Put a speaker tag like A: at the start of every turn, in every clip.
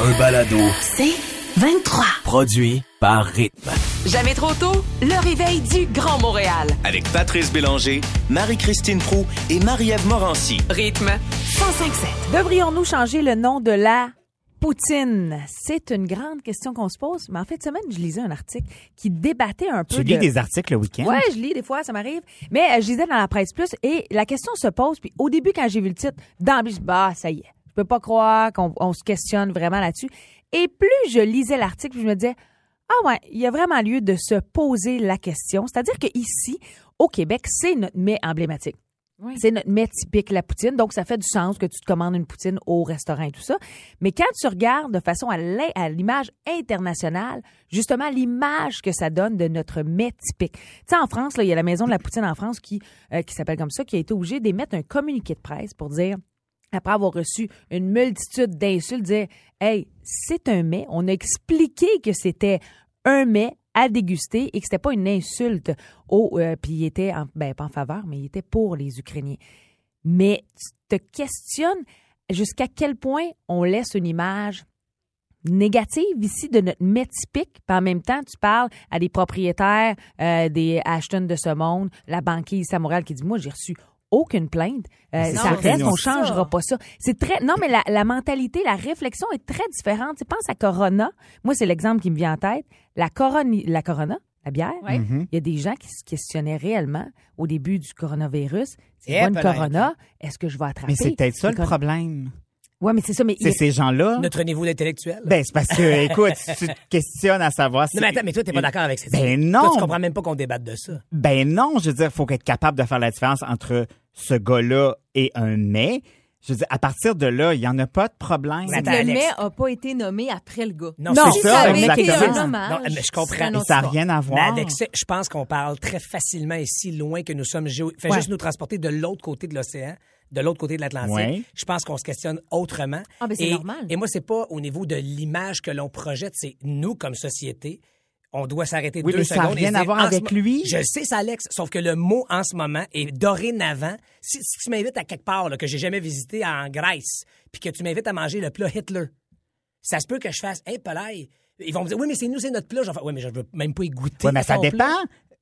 A: Un balado
B: C'est 23.
A: produit par Rythme.
B: Jamais trop tôt, le réveil du Grand Montréal.
C: avec Patrice Bélanger, Marie-Christine Prou et Marie-Ève Morancy.
B: Rythme 1057.
D: Devrions-nous changer le nom de la poutine? C'est une grande question qu'on se pose. Mais en fait, cette semaine, je lisais un article qui débattait un peu
E: Tu
D: de...
E: lis des articles le week-end?
D: Ouais, je lis des fois, ça m'arrive. Mais euh, je lisais dans la presse plus et la question se pose. Puis au début, quand j'ai vu le titre, d'emblée, je me bah, ça y est. Je peux pas croire qu'on on se questionne vraiment là-dessus. Et plus je lisais l'article, plus je me disais, ah ouais, il y a vraiment lieu de se poser la question. C'est-à-dire que ici, au Québec, c'est notre mets emblématique. C'est notre mets typique, la poutine. Donc, ça fait du sens que tu te commandes une poutine au restaurant et tout ça. Mais quand tu regardes de façon à l'in- à l'image internationale, justement, l'image que ça donne de notre mets typique. Tu sais, en France, là, il y a la maison de la poutine en France qui, euh, qui s'appelle comme ça, qui a été obligée d'émettre un communiqué de presse pour dire après avoir reçu une multitude d'insultes, dire Hey, c'est un mets. On a expliqué que c'était un mets à déguster et que c'était pas une insulte. Au, euh, puis il était, en, ben, pas en faveur, mais il était pour les Ukrainiens. Mais tu te questionnes jusqu'à quel point on laisse une image négative ici de notre mets typique. Puis en même temps, tu parles à des propriétaires euh, des Ashton de ce monde, la banquise Samoral qui dit Moi, j'ai reçu aucune plainte. Euh,
E: c'est
D: ça
E: ça,
D: reste,
E: c'est
D: on
E: ça.
D: changera pas ça. C'est très. Non, mais la, la mentalité, la réflexion est très différente. Tu penses à Corona. Moi, c'est l'exemple qui me vient en tête. La, coroni- la Corona, la bière.
E: Mhm.
D: Il y a des gens qui se questionnaient réellement au début du coronavirus. C'est
E: Eh,
D: pas une
E: peut-être.
D: Corona. Est-ce que je vais attraper?
E: Mais c'est peut-être ça le
D: Corona-
E: problème.
D: Ouais, mais c'est ça. Mais il y
E: C'est
D: a-
E: ces gens-là.
F: notre niveau d'intellectuel.
E: Ben, c'est parce que, écoute, tu te questionnes à savoir si.
F: non, mais attends, mais toi, t'es pas d'accord avec ça.
E: Ben
F: Toi,
E: non.
F: tu comprends même pas qu'on débatte de ça.
E: Ben non, je veux dire, faut être capable de faire la différence entre ce gars-là et un mais. Je veux dire, à partir de là, il n'y en a pas de problème.
F: Mais attends,
G: Le
F: Alex.
G: mets n'a pas été nommé après le gars.
F: Non,
E: Non,
F: c'est
G: Si
E: ça,
G: avait été
E: exactement.
G: un hommage,
F: Non, mais je comprends.
G: ça n'annonce
E: ça n'a
G: pas.
E: rien à
F: Mais
E: voir.
F: avec ça, je pense qu'on parle très facilement ici, loin que nous sommes géo. Fait
D: Ouais.
F: juste nous transporter de l'autre côté de l'océan, de l'autre côté de l'Atlantique.
E: Ouais.
F: Je pense qu'on se questionne autrement.
G: Ah, ben, c'est
F: et,
G: normal.
F: Et moi, c'est pas au niveau de l'image que l'on projette, c'est nous, comme société, on doit s'arrêter
E: Oui,
F: deux
E: mais ça a
F: secondes. et
E: rien
F: se dire,
E: à voir
F: en ce
E: avec
F: mo-
E: lui.
F: Je le sais, ça, Alex, sauf que le mot en ce moment est dorénavant. Si, si tu m'invites à quelque part là, que j'ai jamais visité en Grèce, puis que tu m'invites à manger le plat Hitler, ça se peut que je fasse, hey, Pelay. Ils vont me dire, oui, mais c'est nous, c'est notre plat. Je vais faire, oui, mais je veux même pas y goûter.
E: Ouais, mais
F: à
E: ça
F: ton
E: dépend.
F: plat.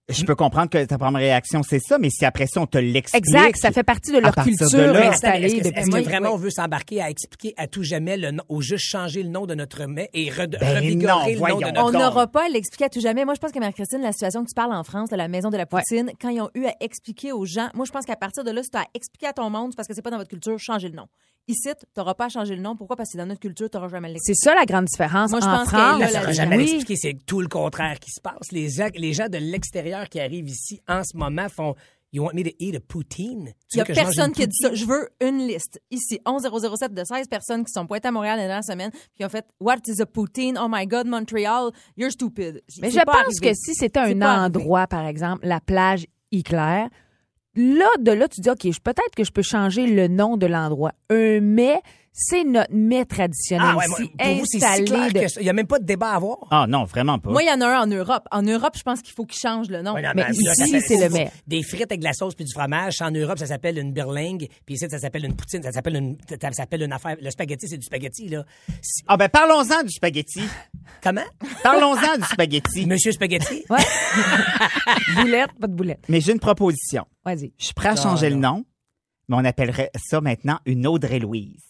E: Je peux comprendre que ta première réaction, c'est ça, mais si après ça, on te l'explique.
D: Exact, ça fait partie de leur
E: partir de
D: culture
E: là-
F: Mais attends,
D: installée
F: Est-ce que,
D: depuis-
F: est-ce que
D: Oui,
F: vraiment
D: oui.
F: on veut s'embarquer à expliquer à tout jamais le nom, ou juste changer le nom de notre mets et re-
E: Ben non,
F: revigorer le nom
E: voyons
F: de
E: donc.
F: notre
G: On
E: D'accord.
G: n'aura pas à l'expliquer à tout jamais. Moi, je pense que Marie-Christine, la situation que tu parles en France, de la maison de la poutine, quand ils ont eu à expliquer aux gens, moi, je pense qu'à partir de là, si tu as expliqué à ton monde, c'est parce que c'est pas dans votre culture, changez le nom. Ici, tu n'auras pas à changer le nom. Pourquoi? Parce que dans notre culture, tu n'auras jamais à l'expliquer.
D: C'est ça la grande différence
G: Moi, je
D: en
G: pense qu'elle
D: France.
G: a
F: Là,
G: la-
F: ça sera
G: la-
F: jamais
D: oui.
F: expliqué. C'est tout le contraire qui se passe. Les gens, les gens de l'extérieur qui arrivent ici en ce moment font You want me to eat a poutine?
G: Il
F: Tu
G: n'y
F: veux
G: a
F: que je mange
G: personne
F: une
G: qui a dit ça.
F: poutine?
G: Je veux une liste. Ici, 11007 de 16 personnes qui sont pointées à Montréal la dernière semaine, puis ont fait What is a poutine? Oh my God, Montreal, you're stupid.
D: Mais
G: C'est
D: je
G: pas
D: pense
G: arrivé.
D: que si c'était
G: C'est
D: un
G: pas arrivé.
D: endroit, par exemple, la plage Iclair, là, de là, tu dis, OK, je- peut-être que je peux changer le nom de l'endroit. Un mais, c'est notre mais traditionnel.
F: Ah ouais, moi,
D: ici,
F: pour vous, c'est si
D: installé
F: clair
D: de-
F: que ça. Il n'y a même pas de débat à avoir.
E: Ah non, vraiment pas.
G: Moi, il y en a un en Europe. En Europe, je pense qu'il faut qu'ils changent le nom.
F: Ouais, non,
D: Mais
F: là, ça
D: ici,
F: s'appelle-
D: c'est le maire.
F: Des frites avec de la sauce puis du fromage. En Europe, ça s'appelle une birlingue. Puis ici, ça s'appelle une poutine. Ça s'appelle une, ça s'appelle une affaire. Le spaghetti, c'est du spaghetti, là. C'est-
E: Ah ben parlons-en du spaghetti.
F: Comment?
E: Parlons-en du spaghetti.
F: Monsieur Spaghetti?
D: boulette, pas de boulette.
E: Mais j'ai une proposition.
D: Vas-y.
E: Je suis
F: Ah,
E: prêt à changer le nom, mais on appellerait ça maintenant une Audrey-Louise.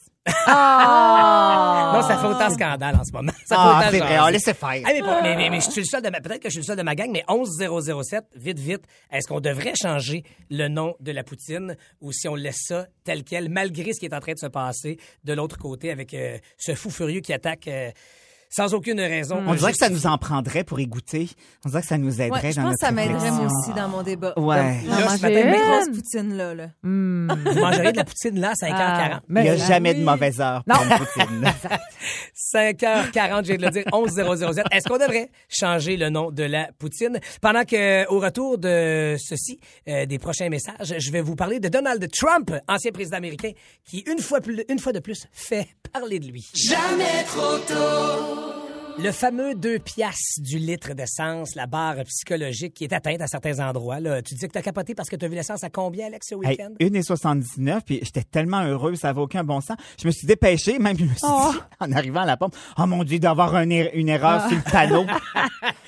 D: Ah.
F: Non, ça fait autant scandale en ce moment. Ça fait
E: Ah,
F: autant
E: c'est vrai,
F: jaser.
E: on laissez faire.
F: Ah, mais, bon, mais- mais- mais je suis le seul de ma, peut-être que je suis le seul de ma gang, mais 11007, vite, vite, est-ce qu'on devrait changer le nom de la poutine ou si on laisse ça tel quel, malgré ce qui est en train de se passer de l'autre côté avec euh, ce fou furieux qui attaque euh, sans aucune raison?
E: On dirait que ça nous en prendrait pour y goûter. On dirait que ça nous aiderait
G: Ouais, je
E: dans
G: pense que
E: notre
G: ça m'aiderait
E: réflexion.
G: moi aussi dans mon débat.
E: Ouais.
G: Dans
D: Là,
G: ma
D: ce matin,
G: mes
D: une.
G: grosses poutines, là. là.
F: Vous mangerez de la poutine là à 5h40.
E: Il n'y a
D: mais-
E: jamais de mauvaise heure pour une poutine.
F: 5h40, j'ai de le dire, 11007. Est-ce qu'on devrait changer le nom de la poutine? Pendant que, au retour de ceci, euh, des prochains messages, je vais vous parler de Donald Trump, ancien président américain, qui, une fois, plus- une fois de plus, fait parler de lui. Le fameux 2 piastres du litre d'essence, la barre psychologique qui est atteinte à certains endroits. Là. Tu dis que t'as capoté parce que t'as vu l'essence à combien, Alex, ce
E: Hey,
F: week-end?
E: 1,79, puis j'étais tellement heureux, ça n'avait aucun bon sens. Je me suis dépêché, même je me suis dit, en arrivant à la pompe, oh mon Dieu, d'avoir un er- une erreur sur le panneau.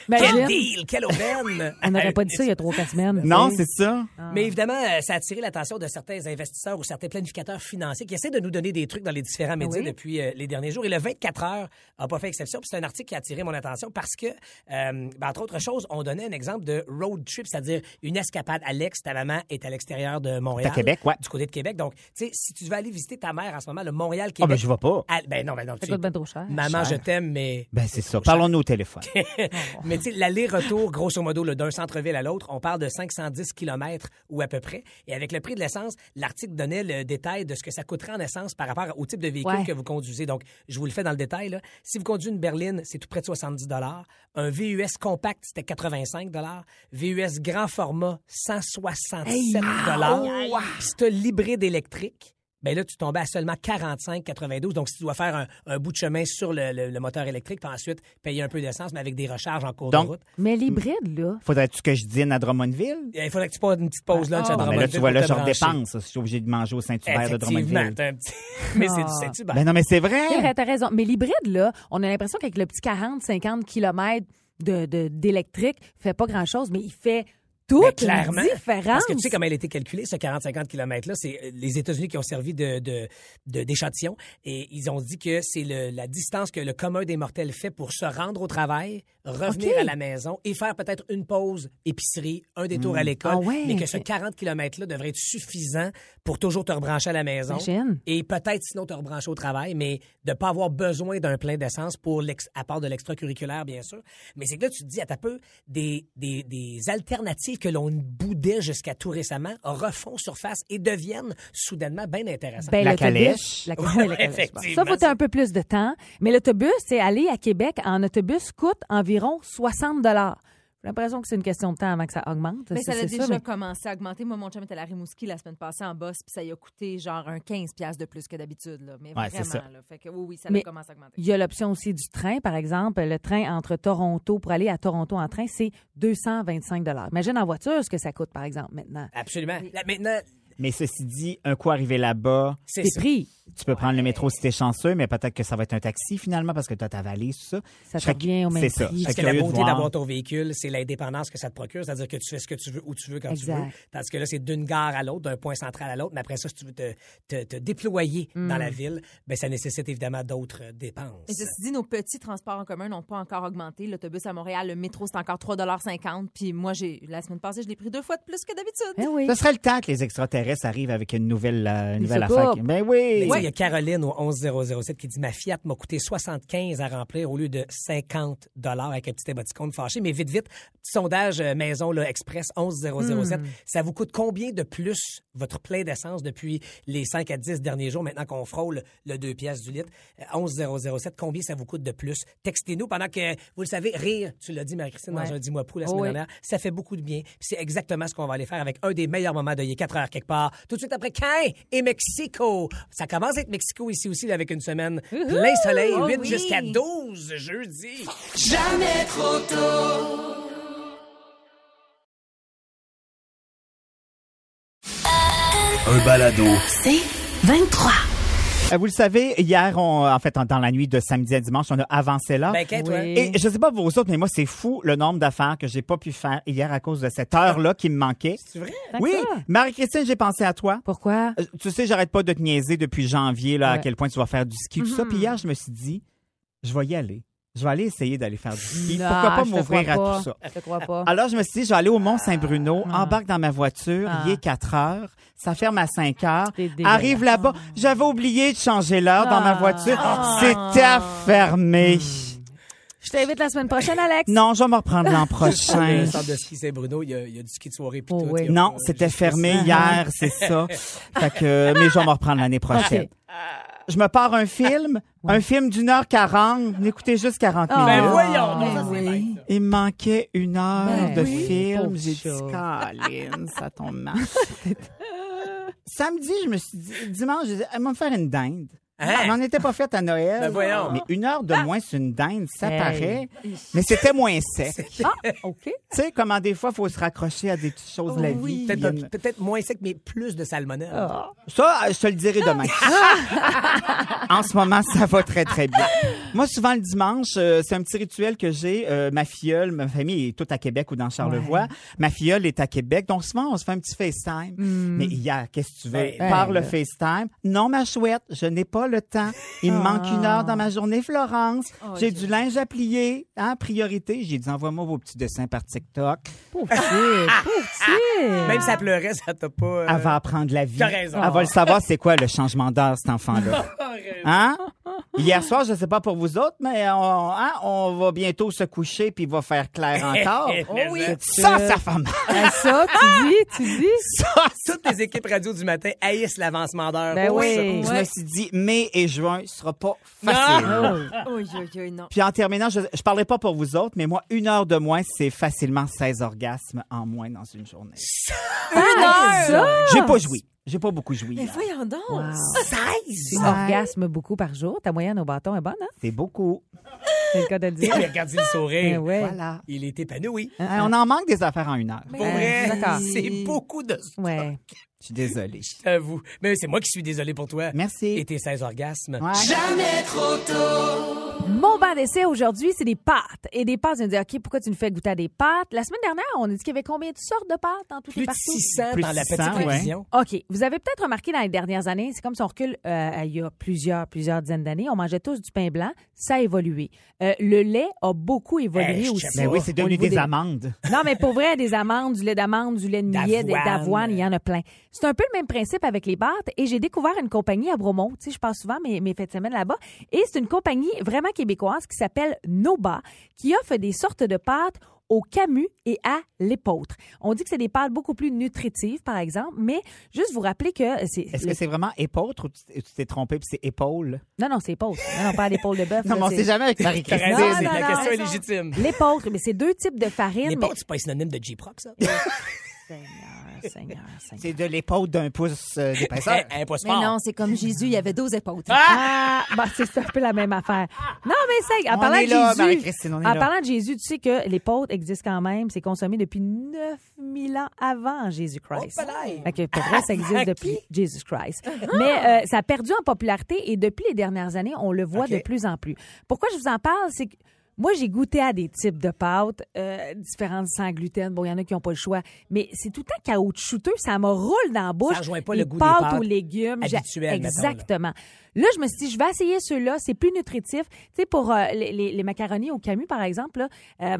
F: Quel
D: Imagine,
F: deal! Quelle aubaine!
D: on n'aurait pas dit ça il y a 3-4 semaines.
E: non, c'est ça.
F: Mais évidemment, euh, ça a attiré l'attention de certains investisseurs ou certains planificateurs financiers qui essaient de nous donner des trucs dans les différents médias depuis euh, les derniers jours. Et le 24 heures n'a pas fait exception. Puis c'est un article qui a attiré mon attention parce que, euh, ben, entre autres choses, on donnait un exemple de road trip, c'est-à-dire une escapade. Alex, ta maman est à l'extérieur de Montréal.
E: à Québec, ouais.
F: Du côté de Québec. Donc, tu sais, si tu veux aller visiter ta mère en ce moment, le Montréal-Québec.
E: Ah, ben, je vais pas.
F: Ah, ben non, ben non.
D: Ça
F: tu-
D: coûte bien trop cher.
F: Maman, je t'aime, mais
E: Ben, c'est ça. Parlons-nous au téléphone.
F: mais tu sais, l'aller-retour, grosso modo, là, d'un centre-ville à l'autre, on parle de 510 km ou à peu près. Et avec le prix de l'essence, l'article donnait le détail de ce que ça coûterait en essence par rapport au type de véhicule
D: Ouais.
F: que vous conduisez. Donc, je vous le fais dans le détail. là. Si vous conduisez une berline, c'est tout près de 70 Un VUS compact, c'était 85 VUS grand format, 167 Puis si t'as l'hybride électrique, ben là, tu tombais à seulement 45,92. Donc, si tu dois faire un, un bout de chemin sur le, le- le moteur électrique, puis ensuite payer un peu d'essence, mais avec des recharges en cours
E: Donc-
F: de route.
D: Mais l'hybride, là.
E: Faudrait-tu que je dîne à Drummondville?
F: Eh, Il faudrait que tu passes une petite pause lunch à
E: Ah,
F: Drummondville.
E: mais là, tu vois, là,
F: pour te
E: je
F: brancher.
E: redépense. Je suis obligé de manger au Saint-Hubert de
F: Effectivement,
E: Drummondville.
F: t'as un petit... mais c'est du
D: Ah.
F: Saint-Hubert.
E: Ben non, mais c'est
D: C'est vrai,
E: vrai.
D: T'as raison. Mais l'hybride, là, on a l'impression qu'avec le petit 40-50 km de, de- d'électrique, fait pas grand-chose, mais il fait toute
F: Ben,
D: la
F: clairement.
D: différence.
F: Parce que tu sais comment elle a été calculée, ce 40-50 km-là. C'est euh, les États-Unis qui ont servi de, de, de- d'échantillon. Et ils ont dit que c'est le- la distance que le commun des mortels fait pour se rendre au travail, revenir
D: OK.
F: à la maison et faire peut-être une pause épicerie, un détour à l'école.
D: Ah ouais.
F: Mais que ce 40 km-là devrait être suffisant pour toujours te rebrancher à la maison.
D: Imagine.
F: Et peut-être sinon te rebrancher au travail, mais de pas avoir besoin d'un plein d'essence pour l'ex- à part de l'extracurriculaire, bien sûr. Mais c'est que là, tu te dis à ta peu, des, des, des alternatives que l'on boudait jusqu'à tout récemment refont surface et deviennent soudainement bien intéressantes.
D: Ben,
E: La
D: l'autobus-
E: calèche.
D: La, ouais, la calèche.
F: Effectivement,
D: Ça, faut un peu plus de temps. Mais l'autobus, c'est aller à Québec en autobus coûte environ 60 J'ai l'impression que c'est une question de temps avant que ça augmente.
G: Mais ça
D: C'est-
G: a
D: c'est
G: déjà
D: mais-
G: commencé à augmenter. Moi, mon chum était à la Rimouski la semaine passée en boss, puis ça y a coûté genre un 15 piastres de plus que d'habitude. Là. Mais
E: Ouais, c'est
G: vraiment,
E: ça.
G: là. Fait que oui, oui, ça
D: Mais
G: a commencé à augmenter.
D: Il y a l'option aussi du train, par exemple. Le train entre Toronto, pour aller à Toronto en train, c'est 225 Imagine en voiture ce que ça coûte, par exemple, maintenant.
F: Absolument. Là, maintenant,
E: Mais ceci dit, un coup arrivé là-bas,
F: c'est
D: C'est
F: ça.
D: pris.
E: tu peux prendre le métro si t'es chanceux, mais peut-être que ça va être un taxi finalement parce que t'as ta valise, tout ça.
D: Ça
E: Je serais-
D: revient au même
E: C'est ça.
D: prix.
E: Je serais
F: Parce que la
E: curieux de
F: beauté
E: voir.
F: d'avoir ton véhicule, c'est l'indépendance que ça te procure, c'est-à-dire que tu fais ce que tu veux où tu veux quand tu veux.
D: Exact.
F: Tandis que là, c'est d'une gare à l'autre, d'un point central à l'autre, mais après ça, si tu veux te, te- te déployer
D: Hmm.
F: dans la ville, ben, ça nécessite évidemment d'autres euh,
G: Mais
F: dépenses.
G: ceci dit, nos petits transports en commun n'ont pas encore augmenté. L'autobus à Montréal, le métro, c'est encore 3,50 Puis moi, j'ai la semaine passée, je l'ai pris deux fois de plus que d'habitude.
D: Ben oui.
E: Ce serait le temps que les extraterrestres arrivent avec une nouvelle, euh, une nouvelle
D: se
E: affaire.
D: coupent.
E: Ben
F: Mais
E: oui!
F: tu sais, Il y a Caroline au 11007 qui dit Ma Fiat m'a coûté 75 à remplir au lieu de 50 avec un petit émoticône fâché. Mais vite, vite, petit sondage euh, maison là, express 11007. Ça vous coûte combien de plus votre plein d'essence depuis les 5 à 10 derniers jours, maintenant qu'on frôle le 2 pièces du litre Euh, 11007, combien ça vous coûte de plus Textez-nous pendant que, vous le savez, rire, tu l'as dit, Marie-Christine,
D: Ouais.
F: dans un 10 mois pou la
D: Oh
F: semaine
D: oui.
F: dernière, ça fait beaucoup de bien. Puis c'est exactement ce qu'on va aller faire avec un des meilleurs moments de Il est 4 heures quelque part. Tout de suite après, Caen et Mexico. Ça commence à être Mexico ici aussi, là, avec une semaine plein soleil,
G: Oh
F: 8
G: oui.
F: jusqu'à 12 jeudi.
A: Un balado.
B: 23.
E: Euh, Vous le savez, hier, on, en fait, en- dans la nuit de samedi à dimanche, on a avancé là.
F: Ben, Caen, toi.
D: Ah, Oui.
E: Et je sais pas vous autres, mais moi, c'est fou le nombre d'affaires que j'ai pas pu faire hier à cause de cette heure-là qui me manquait.
F: Ah. C'est vrai?
D: Tant que
E: Oui,
D: ça.
E: Marie-Christine, j'ai pensé à toi.
D: Pourquoi?
E: Euh, Tu sais, j'arrête pas de te niaiser depuis janvier, là, à
D: Ouais. Mm-hmm.
E: quel point tu vas faire du ski, tout ça. Puis hier, je me suis dit, je vais y aller. Je vais aller essayer d'aller faire du ski.
D: Non,
E: Pourquoi pas
D: je te
E: m'ouvrir
D: crois
E: à
D: pas. Ah.
E: tout ça?
D: Je te crois pas.
E: Alors, je me suis dit, je vais aller au Mont-Saint-Bruno, embarque dans ma voiture,
D: Ah.
E: il est 4 heures, ça ferme à 5 heures,
D: C'est dégueulasse.
E: arrive là-bas,
D: Ah.
E: j'avais oublié de changer l'heure dans ma voiture, c'était fermé.
D: Hmm. Je t'invite la semaine prochaine, Alex.
E: Non, je vais me reprendre l'an
F: Le
E: prochain.
F: centre de ski Saint-Bruno, il y, a- il y a du ski de soirée. puis
D: Oh,
F: tout.
D: oui.
F: Il y a-
E: Non,
F: euh,
E: c'était
F: juste-
E: fermé hier, c'est ça. Fait que, mais je vais me reprendre l'année prochaine.
D: Ok. Ah,
E: Je me pars un film, un film d'une heure quarante, n'écoutez juste 40 minutes.
F: Ben voyons,
D: Ah,
F: donc, ça, c'est bête, ça.
E: Il me manquait une heure
D: Ben
E: de
D: oui, pauvre
E: film. J'ai dit,
D: chat.
E: Caroline, ça tombe mal. Samedi, je me suis dit, dimanche, je dit, elle va me faire une dinde.
F: Hein?
E: On n'en était pas fait à Noël.
F: Ben voyons.
E: Mais une heure de moins sur une dinde, ça
D: Hey.
E: paraît. Mais c'était moins sec. Tu
D: Ah, OK. Oh
E: sais, comment des fois, il faut se raccrocher à des petites choses de la vie. qui
F: Peut-être
E: viennent-
F: peut-être moins sec, mais plus de salmonelle.
D: Ah.
E: Ça, euh, je te le dirai demain. en ce moment, ça va très, très bien. Moi, souvent, le dimanche, euh, c'est un petit rituel que j'ai. Euh, ma filleule, ma famille est toute à Québec ou dans Charlevoix. Ma filleule est à Québec. Donc, souvent, on se fait un petit FaceTime. Mais hier, qu'est-ce que tu veux?
F: Hey,
E: Par
D: hey,
E: le
D: là.
E: FaceTime. Non, ma chouette, je n'ai pas le temps. Il me manque une heure dans ma journée, Florence. j'ai du linge à plier. Hein, priorité. J'ai dit, envoie-moi vos petits dessins par TikTok.
D: Pauvre petit, pauvre petit.
F: Même si ça pleurait, ça t'a pas. euh,
E: Elle va apprendre la vie.
F: T'as raison.
E: Elle va le savoir, c'est quoi le changement d'heure, cet enfant-là. Hein? Hier soir, je ne sais pas pour vous autres, mais on, hein, on va bientôt se coucher puis il va faire clair encore.
F: Mais Oh oui.
E: Ça, ça fait mal.
D: Ben ça,
E: Ah!
D: tu dis, tu dis.
E: Ça, ça-
F: Toutes les équipes radio du matin haïssent l'avancement d'heure.
D: Ben
F: Oh,
D: oui.
F: ça.
E: Je me
G: Ouais.
E: suis dit, mai et juin, ce sera pas facile.
G: Ah
F: Ah.
G: Oui, oui, oui, non.
E: Puis en terminant, je ne parlais pas pour vous autres, mais moi, une heure de moins, c'est facilement 16 orgasmes en moins dans une journée.
D: Ah, ça.
E: J'ai pas joui. J'ai pas beaucoup joui.
G: Mais
E: hein.
G: voyons donc.
D: Ah. Orgasme beaucoup par jour. Ta moyenne au bâton est bonne, hein?
E: C'est beaucoup.
D: C'est le cas de le
F: Il
D: dire.
F: regarde le
D: Ben
F: sourire.
D: ouais.
E: Voilà.
F: Il est épanoui.
E: Hein, on en manque des affaires en une heure.
F: Pour
D: Euh,
F: vrai,
D: d'accord.
F: c'est beaucoup de
D: Ouais.
E: Je suis désolée.
F: à vous. Mais c'est moi qui suis désolé pour toi.
E: Merci.
F: Et tes 16 orgasmes.
E: Ouais.
D: Mon banc d'essai aujourd'hui, c'est des pâtes. Et des pâtes, on me dit, OK, pourquoi tu nous fais goûter à des pâtes? La semaine dernière, on a dit qu'il y avait combien de sortes de pâtes dans toutes
F: Plus
D: les
F: de
D: parties?
F: 600
E: Plus
F: dans la
E: 600,
F: petite
E: ouais.
F: révision.
D: OK. Vous avez peut-être remarqué dans les dernières années, c'est comme si on recule euh, il y a plusieurs, plusieurs dizaines d'années, on mangeait tous du pain blanc. Ça a évolué. Euh, le lait a beaucoup évolué
F: Eh, je
D: aussi.
F: sais
E: Mais
F: pas.
E: Ben oui, c'est
D: Au
E: devenu
D: niveau
E: des amandes.
D: Non, mais pour vrai, des amandes, du lait d'amande, du lait de millet, des-
F: D'avoine.
D: d'avoine, il y en a plein. C'est un peu le même principe avec les pâtes. Et j'ai découvert une compagnie à Bromont. Tu sais, je passe souvent mes, mes fêtes de semaine là-bas. Et c'est une compagnie vraiment québécoise qui s'appelle Noba, qui offre des sortes de pâtes au camus et à l'épeautre. On dit que c'est des pâtes beaucoup plus nutritives, par exemple, mais juste vous rappeler que c'est...
E: Est-ce que c'est vraiment épautre ou tu t'es- tu t'es trompé puis c'est épaule?
D: Non, non, c'est épeautre. Non, non, pas à l'épaule de bœuf.
E: Non,
D: là,
E: mais on sait
D: c'est-
E: jamais avec
F: T'as
E: Marie-Christine.
F: raison,
D: non,
F: c'est- la
D: non,
F: question est
D: raison.
F: légitime.
D: L'épeautre, mais c'est deux types de farine.
F: Les
D: mais-
F: potes, c'est pas synonyme de J-Proc, ça.
D: Seigneur, Seigneur, Seigneur.
E: C'est de l'épaule d'un pouce euh, d'épaisseur.
F: Elle-
D: Eh,
F: elle est pas
G: Mais
F: sport.
G: non, c'est comme Jésus, il y avait 12 épaules.
D: Ah, bah, c'est c'est un peu la même affaire. Non, mais c'est. En
E: On
D: parlant
E: est
D: de
E: là,
D: Jésus,
E: Marie-Christine, on est
D: en
E: là.
D: parlant de Jésus, tu sais que les pâtes existent quand même. C'est consommé depuis 9000 ans avant Jésus-Christ. Fait que pour vrai, ça existe depuis Jésus-Christ. Mais euh, ça a perdu en popularité et depuis les dernières années, on le voit de plus en plus. Pourquoi je vous en parle, c'est que moi, j'ai goûté à des types de pâtes euh, différentes sans gluten. Bon, il y en a qui n'ont pas le choix. Mais c'est tout le temps caoutchouteux. Ça me roule dans la bouche.
F: rejoint pas
D: Les
F: le goût des
D: pâtes
F: pâtes
D: aux légumes. j'ai-
F: habituelles, mettons, là.
D: Exactement. Exactement. Là, je me suis dit, je vais essayer ceux-là. C'est plus nutritif. Tu sais, pour euh, les, les- les macaronis au Camus, par exemple, là, euh,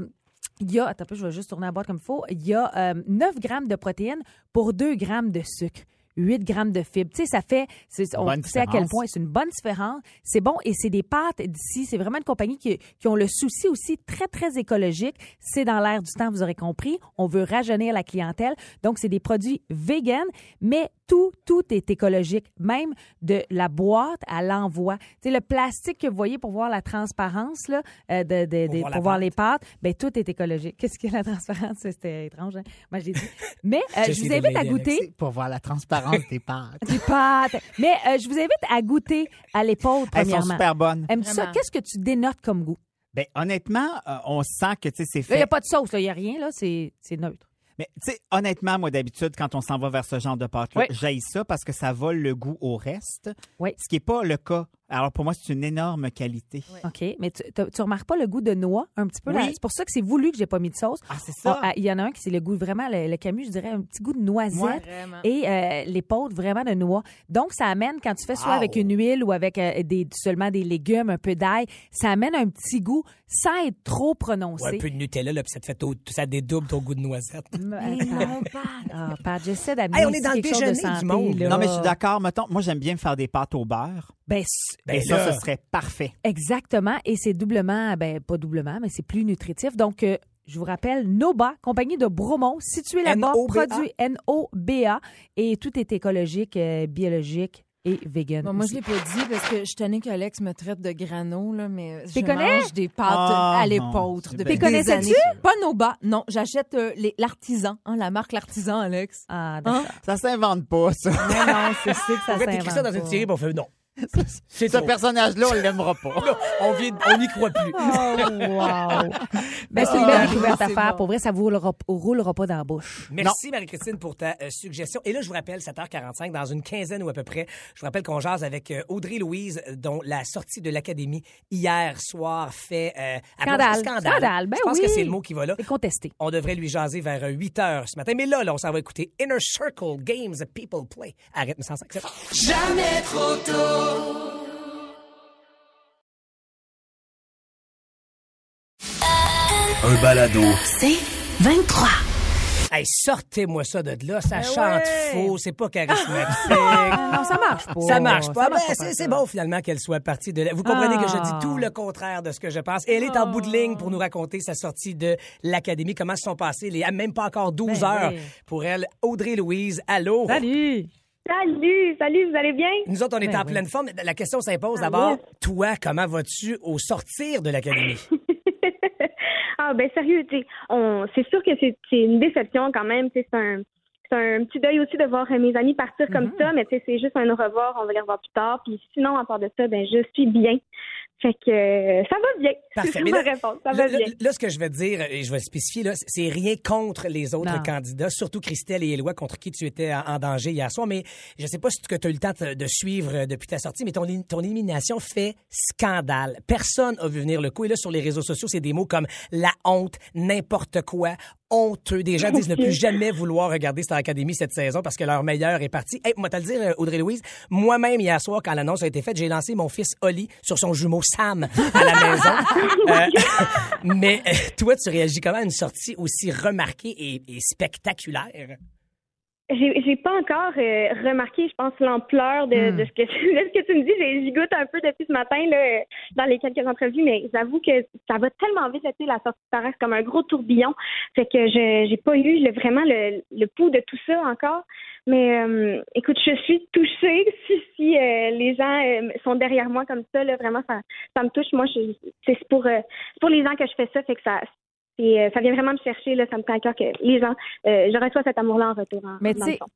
D: il y a, attends, un peu, je vais juste tourner la boîte comme il faut, il y a euh, 9 grammes de protéines pour 2 grammes de sucre. 8 grammes de fibres. Tu sais, ça fait, c'est- on
E: Bonne
D: sait à quel
E: différence.
D: point c'est une bonne différence. C'est bon et c'est des pâtes d'ici. C'est vraiment une compagnie qui, qui ont le souci aussi très, très écologique. C'est dans l'air du temps, vous aurez compris. On veut rajeunir la clientèle. Donc, c'est des produits vegan, mais tout, tout est écologique, même de la boîte à l'envoi. Tu sais, le plastique que vous voyez pour voir la transparence, là, euh, de, de- de- pour,
F: voir
D: voir, les
F: la pâte.
D: pâtes, ben tout est écologique. Qu'est-ce que la transparence? C'était étrange, hein? Moi, j'ai dit. Mais euh, je
F: J'essaie
D: vous
F: de
D: invite à
F: l'aider,
D: goûter
E: C'est Pour voir la transparence des pâtes.
D: des pâtes. Mais euh, je vous invite à goûter à l'épaule,
E: Elles sont
D: premièrement.
E: super bonnes.
D: Aimes-tu ça?
G: Vraiment.
D: Qu'est-ce que tu dénotes comme goût?
E: Ben, honnêtement, euh, on sent que tu sais, c'est
D: Là, il n'y
E: fait.
D: a pas de sauce, il n'y a rien, là, c'est c'est neutre.
E: Mais tu sais, honnêtement, moi d'habitude, quand on s'en va vers ce genre de pâtes-là, j'haïs ça parce que ça vole le goût au reste.
D: Oui.
E: Ce qui n'est pas le cas. Alors pour moi, c'est une énorme qualité.
D: OK, mais tu, t'as- tu remarques pas le goût de noix un petit peu? là?
E: Oui.
D: C'est pour ça que c'est voulu que j'ai pas mis de sauce.
E: Ah, c'est ça.
D: Ah, ah, Il y en a un qui c'est le goût vraiment, le, le camus, je dirais, un petit goût de
E: Ouais.
D: noisette.
G: Vraiment.
D: Et euh, les pâtes vraiment de noix. Donc, ça amène, quand tu fais soit
E: Wow.
D: avec une huile ou avec euh, des, seulement des légumes, un peu d'ail, ça amène un petit goût sans être trop prononcé.
F: Ouais, un peu de Nutella, là, puis ça, te fait tôt- ça dédouble ton goût de noisette.
G: Ah,
D: Mais non, Pat. Ah, Pat, j'essaie d'amener
F: Hey, on est
D: aussi
F: dans le
D: quelque chose de
F: déjeuner du
D: santé,
F: monde.
D: là.
E: Non, mais je suis d'accord. Mettons, moi, j'aime bien me faire des pâtes au beurre.
D: Ben, c-
E: et
F: Ben
E: ça,
F: là.
E: ce serait parfait.
D: exactement. Et c'est doublement, ben, pas doublement, mais c'est plus nutritif. Donc, euh, je vous rappelle, Noba, compagnie de Bromont, située là-bas,
F: N-O-B-A.
D: produit N-O-B-A. Et tout est écologique, euh, biologique et vegan.
G: Bon, moi,
D: aussi.
G: je l'ai pas dit parce que je tenais qu'Alex me traite de grano, là, mais je
D: connais?
G: mange des pâtes
E: Ah,
G: à
E: mon
G: l'épeautre
E: Dieu,
G: depuis
E: ben,
G: des
D: T'es
G: années. Pas nos bas, non. J'achète euh, les- l'artisan, hein, la marque l'artisan, Alex.
D: Ah, d'accord.
G: Hein?
E: Ça s'invente pas, ça.
F: Ah,
D: Mais non, c'est sûr que ça
F: Pourquoi t'écris ça dans
D: s'invente
F: une
D: pas.
F: série? puis on fait non.
E: C'est ce personnage-là, on l'aimera pas.
F: Là, on vient, on n'y croit plus.
D: Oh, wow. Ben,
F: Oh,
D: c'est une belle découverte à faire. Pour vrai, ça vous roulera, roulera pas dans la bouche.
F: Merci, Marie-Christine, pour ta euh, suggestion. Et là, je vous rappelle, 7h45, dans une quinzaine ou à peu près, je vous rappelle qu'on jase avec euh, Audrey Louise, dont la sortie de l'Académie hier soir fait euh,
D: Scandale.
F: abonde- scandale.
D: Scandale, ben
F: je pense
D: oui.
F: que c'est le mot qui va là.
D: C'est contesté.
F: On devrait lui jaser vers euh, 8 h ce matin. Mais là, là, on s'en va écouter Inner Circle Games that People Play. Arrête, mais sans ça.
A: Un balado.
B: C'est 23.
F: Hey, sortez-moi ça de là.
D: Ben
F: Ça chante faux. C'est pas charismatique.
D: Ah, Non, ça marche pas.
F: Ça marche pas. Ben,
D: par
F: c'est c'est
D: exemple.
F: bon finalement qu'elle soit partie de. la- Vous comprenez que je
D: Ah.
F: dis tout le contraire de ce que je pense. Et elle est en bout de ligne pour nous raconter sa sortie de l'académie. Comment se sont passées les même pas encore 12
G: Ben
F: heures
G: oui.
F: pour elle. Audrey Louise, allô.
D: Salut.
H: Salut, salut, vous allez bien?
F: Nous autres, on est
D: Ben
F: en
D: oui.
F: pleine forme. La question s'impose d'abord. Toi, comment vas-tu au sortir de l'académie?
H: ah ben sérieux, tu sais, on c'est sûr que c'est c'est une déception quand même, tu sais, c'est un c'est un petit deuil aussi de voir euh, mes amis partir
F: Mhm.
H: comme ça, mais tu sais, c'est juste un au revoir, on va les revoir plus tard. Puis sinon, à part de ça, ben je suis bien. Fait que euh, ça va bien.
F: Parfait.
H: C'est
F: Mais
H: ma
F: là-
H: réponse, ça
F: Là,
H: va
F: là-
H: bien.
F: là, ce que je vais te dire, et je vais le spécifier, là, c'est rien contre les autres
D: Non.
F: candidats, surtout Christelle et Éloi, contre qui tu étais en, en danger hier soir. Mais je sais pas si tu as eu le temps de- de suivre euh, depuis ta sortie, mais ton, éli- ton élimination fait scandale. Personne a vu venir le coup. Et là, sur les réseaux sociaux, c'est des mots comme la honte, n'importe quoi, honteux. Des gens disent ne plus jamais vouloir regarder Star Academy cette saison parce que leur meilleur est parti. Hey, moi, t'as le dire, euh, Audrey-Louise, moi-même, hier soir, quand l'annonce a été faite, j'ai lancé mon fils Oli sur son jumeau Sam à la maison. Euh, mais euh, toi, tu réagis comment à une sortie aussi remarquée et, et spectaculaire?
H: J'ai j'ai pas encore euh, remarqué, je pense, l'ampleur
F: Hmm.
H: de, de ce que tu, de ce que tu me dis. J'ai- J'y goûte un peu depuis ce matin là, euh, dans les quelques entrevues, mais j'avoue que ça va tellement vite, là, tu sais, la sortie de Tarek, c'est comme un gros tourbillon. Fait que je j'ai pas eu le- vraiment le, le pouls de tout ça encore. Mais euh, écoute, je suis touchée. Si, si euh, les gens euh, sont derrière moi comme ça, là, vraiment, ça, ça me touche. Moi, je- c'est pour, euh, c'est pour les gens que je fais ça. Fait que ça, c'est, euh, ça vient vraiment me chercher. Là, ça me tient à cœur que les gens, euh, je reçois cet amour-là en retour. en-
D: Mais
H: dans
D: tu
H: le
D: sais,
H: fond.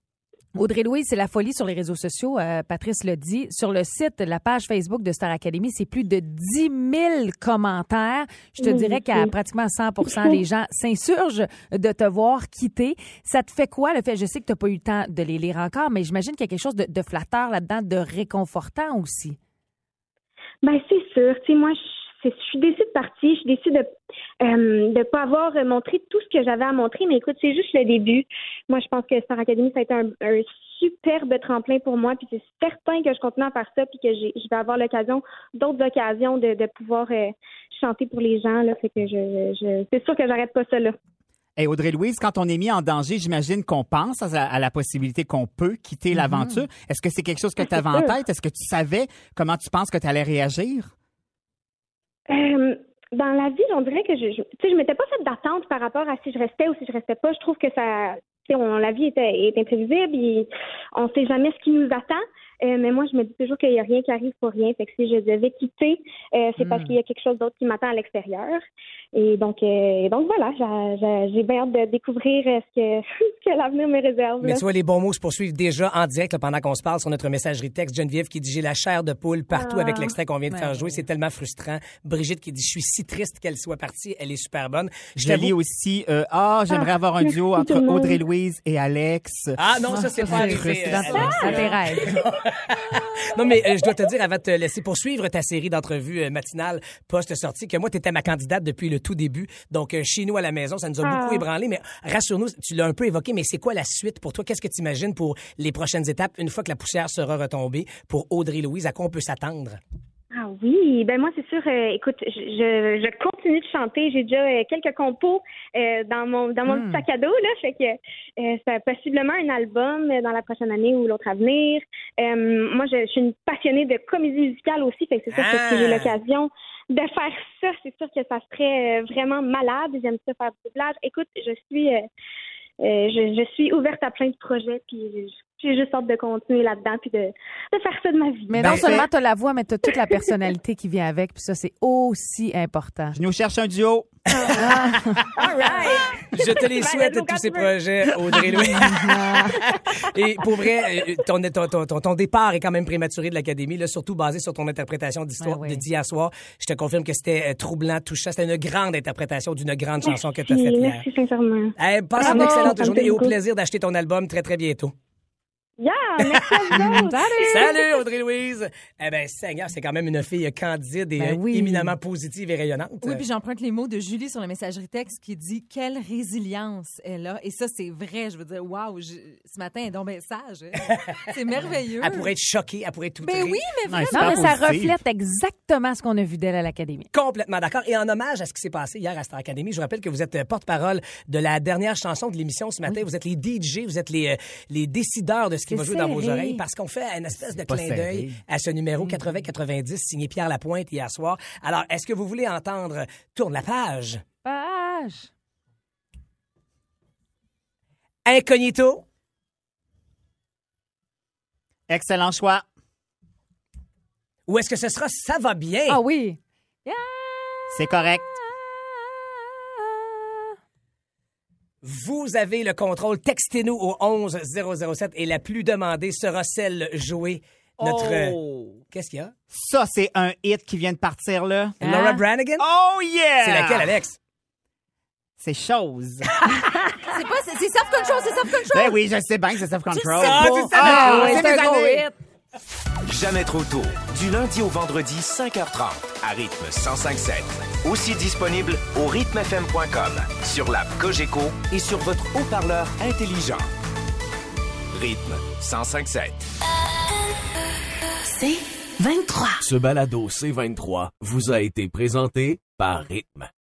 D: Audrey Louise, c'est la folie sur les réseaux sociaux. euh, Patrice le dit. Sur le site, la page Facebook de Star Academy, c'est plus de 10 000 commentaires. Je te
H: Oui,
D: dirais qu'à
H: oui.
D: pratiquement 100 les gens s'insurgent de te voir quitter. Ça te fait quoi le fait? Je sais que tu n'as pas eu le temps de les lire encore, mais j'imagine qu'il y a quelque chose de, de flatteur là-dedans, de réconfortant aussi.
H: Ben c'est sûr. Tu sais, moi, je, c'est- je suis déçue de partir. Je suis déçue de ne pas avoir euh, montré tout ce que j'avais à montrer. Mais écoute, c'est juste le début. Moi, je pense que Star Academy, ça a été un, un superbe tremplin pour moi. Puis c'est certain que je continue à faire ça, puis que j'ai- je vais avoir l'occasion, d'autres occasions de, de pouvoir euh, chanter pour les gens. Là, fait que je, je c'est sûr que j'arrête pas ça là.
E: Hey, Audrey-Louise, quand on est mis en danger, j'imagine qu'on pense à, à la possibilité qu'on peut quitter l'aventure. Est-ce que c'est quelque chose que tu avais en
H: sûr.
E: tête? Est-ce que tu savais comment tu penses que tu allais réagir?
H: Euh, dans la vie, on dirait que je, je tu sais, je m'étais pas faite d'attente par rapport à si je restais ou si je restais pas. Je trouve que ça, tu sais, on, la vie est, est imprévisible. Et on sait jamais ce qui nous attend. Euh, mais moi, je me dis toujours qu'il y a rien qui arrive pour rien. Fait que si je devais quitter, euh, c'est parce qu'il y a quelque chose d'autre qui m'attend à l'extérieur. Et donc, euh, et donc voilà, j'a- j'a- j'ai bien hâte de découvrir euh, ce que, ce que l'avenir me réserve.
F: Mais
H: là.
F: tu vois, les bons mots se poursuivent déjà en direct là, pendant qu'on se parle sur notre messagerie texte. Geneviève qui dit J'ai la chair de poule partout avec l'extrait qu'on vient de faire jouer. C'est tellement frustrant. Brigitte qui dit Je suis si triste qu'elle soit partie. Elle est super bonne. Je
E: Je lis
F: t'avoue.
E: aussi euh, Ah, j'aimerais avoir un duo
H: merci tout
E: entre
H: le monde.
E: Audrey-Louise et Alex.
F: Ah non, ça, c'est pas arrivé.
D: Dans,
F: euh,
D: dans tes rêves.
F: Non, mais euh, je dois te dire, avant de te laisser poursuivre ta série d'entrevues euh, matinales post-sortie, que moi, tu étais ma candidate depuis le tout début. Donc, euh, chez nous, à la maison, ça nous a beaucoup ébranlé. Mais rassure-nous, tu l'as un peu évoqué, mais c'est quoi la suite pour toi? Qu'est-ce que tu imagines pour les prochaines étapes, une fois que la poussière sera retombée, pour Audrey-Louise? À quoi on peut s'attendre?
H: Ah oui, ben moi c'est sûr. euh, écoute, je, je je continue de chanter. J'ai déjà euh, quelques compos euh, dans mon dans mon petit sac à dos là, fait que euh, ça possiblement un album euh, dans la prochaine année ou l'autre à venir. Euh, moi, je, je suis une passionnée de comédie musicale aussi, fait que c'est sûr que si j'ai
F: Ah!
H: l'occasion de faire ça, c'est sûr que ça serait euh, vraiment malade. J'aime ça faire du doublage. Écoute, je suis euh, euh, je, je suis ouverte à plein de projets, puis je, j'ai juste hâte de continuer là-dedans puis de, de faire ça de ma vie.
D: Mais non seulement t'as la voix, mais t'as toute la personnalité qui vient avec. Puis ça, c'est aussi important.
E: Je nous cherche un duo.
H: All right.
F: Je te les
H: Ben,
F: souhaite
H: Logan,
F: tous ces
H: tu veux.
F: projets, Audrey Louis. Et pour vrai, euh, ton, ton, ton- ton- ton départ est quand même prématuré de l'Académie, là, surtout basé sur ton interprétation d'histoire
D: Ouais, ouais.
F: de d'hier soir. Je te confirme que c'était euh, troublant, touchant. C'était une grande interprétation d'une grande chanson que tu as faite
H: Merci,
F: hier.
H: merci sincèrement.
F: Eh, passe une
H: Bravo, ça
F: excellente
H: me
F: journée
H: fait
F: et au
H: beaucoup.
F: plaisir d'acheter ton album très, très bientôt.
H: Yeah, merci à vous autres.
F: Salut, Audrey-Louise! Eh bien, Seigneur, c'est quand même une fille candide et
D: Ben
F: euh,
D: oui.
F: éminemment positive et rayonnante.
G: Oui, puis j'emprunte les mots de Julie sur la messagerie texte qui dit quelle résilience elle a. Et ça, c'est vrai. Je veux dire, waouh, je- ce matin, elle est donc bien sage. hein. c'est merveilleux.
F: Elle pourrait être choquée, elle pourrait être outrée.
G: Mais Ben oui, mais
E: Ouais,
G: vraiment.
E: c'est
D: Non,
E: pas
D: mais ça
E: positif.
D: reflète exactement ce qu'on a vu d'elle à l'Académie.
F: Complètement d'accord. Et en hommage à ce qui s'est passé hier à Star Academy, je vous rappelle que vous êtes euh, porte-parole de la dernière chanson de l'émission ce matin. Vous êtes les DJ, vous êtes les, euh, les décideurs de ce qui
D: C'est
F: va jouer dans vos
D: serré.
F: oreilles parce qu'on fait une espèce de
E: pas
F: clin
E: serré.
F: d'œil à ce numéro 80-90 signé Pierre Lapointe hier soir. Alors, est-ce que vous voulez entendre Tourne la page,
D: Page.
F: Incognito?
E: Excellent choix.
F: Ou est-ce que ce sera Ça va bien?
G: Eh.
D: Ah oui.
E: C'est correct.
F: Vous avez le contrôle. Textez-nous au 11 007 et la plus demandée sera celle jouée. Notre. euh,
E: Oh.
F: Qu'est-ce qu'il y a?
E: Ça, c'est un hit qui vient de partir, là.
D: Hein?
F: Laura Branigan?
E: Oh, yeah!
F: C'est laquelle, Alex?
E: C'est chose.
G: C'est pas, c'est, c'est self-control, c'est self-control.
E: ben oui, je sais bien que c'est self-control.
F: Ah, tu le savais!
E: Ah,
D: oui,
E: c'est
D: c'est
E: mes
D: un gros
E: années.
D: hit.
C: Jamais trop tôt. Du lundi au vendredi, 5h30, à rythme 105.7. Aussi disponible au rythmefm.com, sur l'app Cogeco et sur votre haut-parleur intelligent. Rythme 105.7.
B: C'est 23.
A: Ce balado C23 vous a été présenté par Rythme.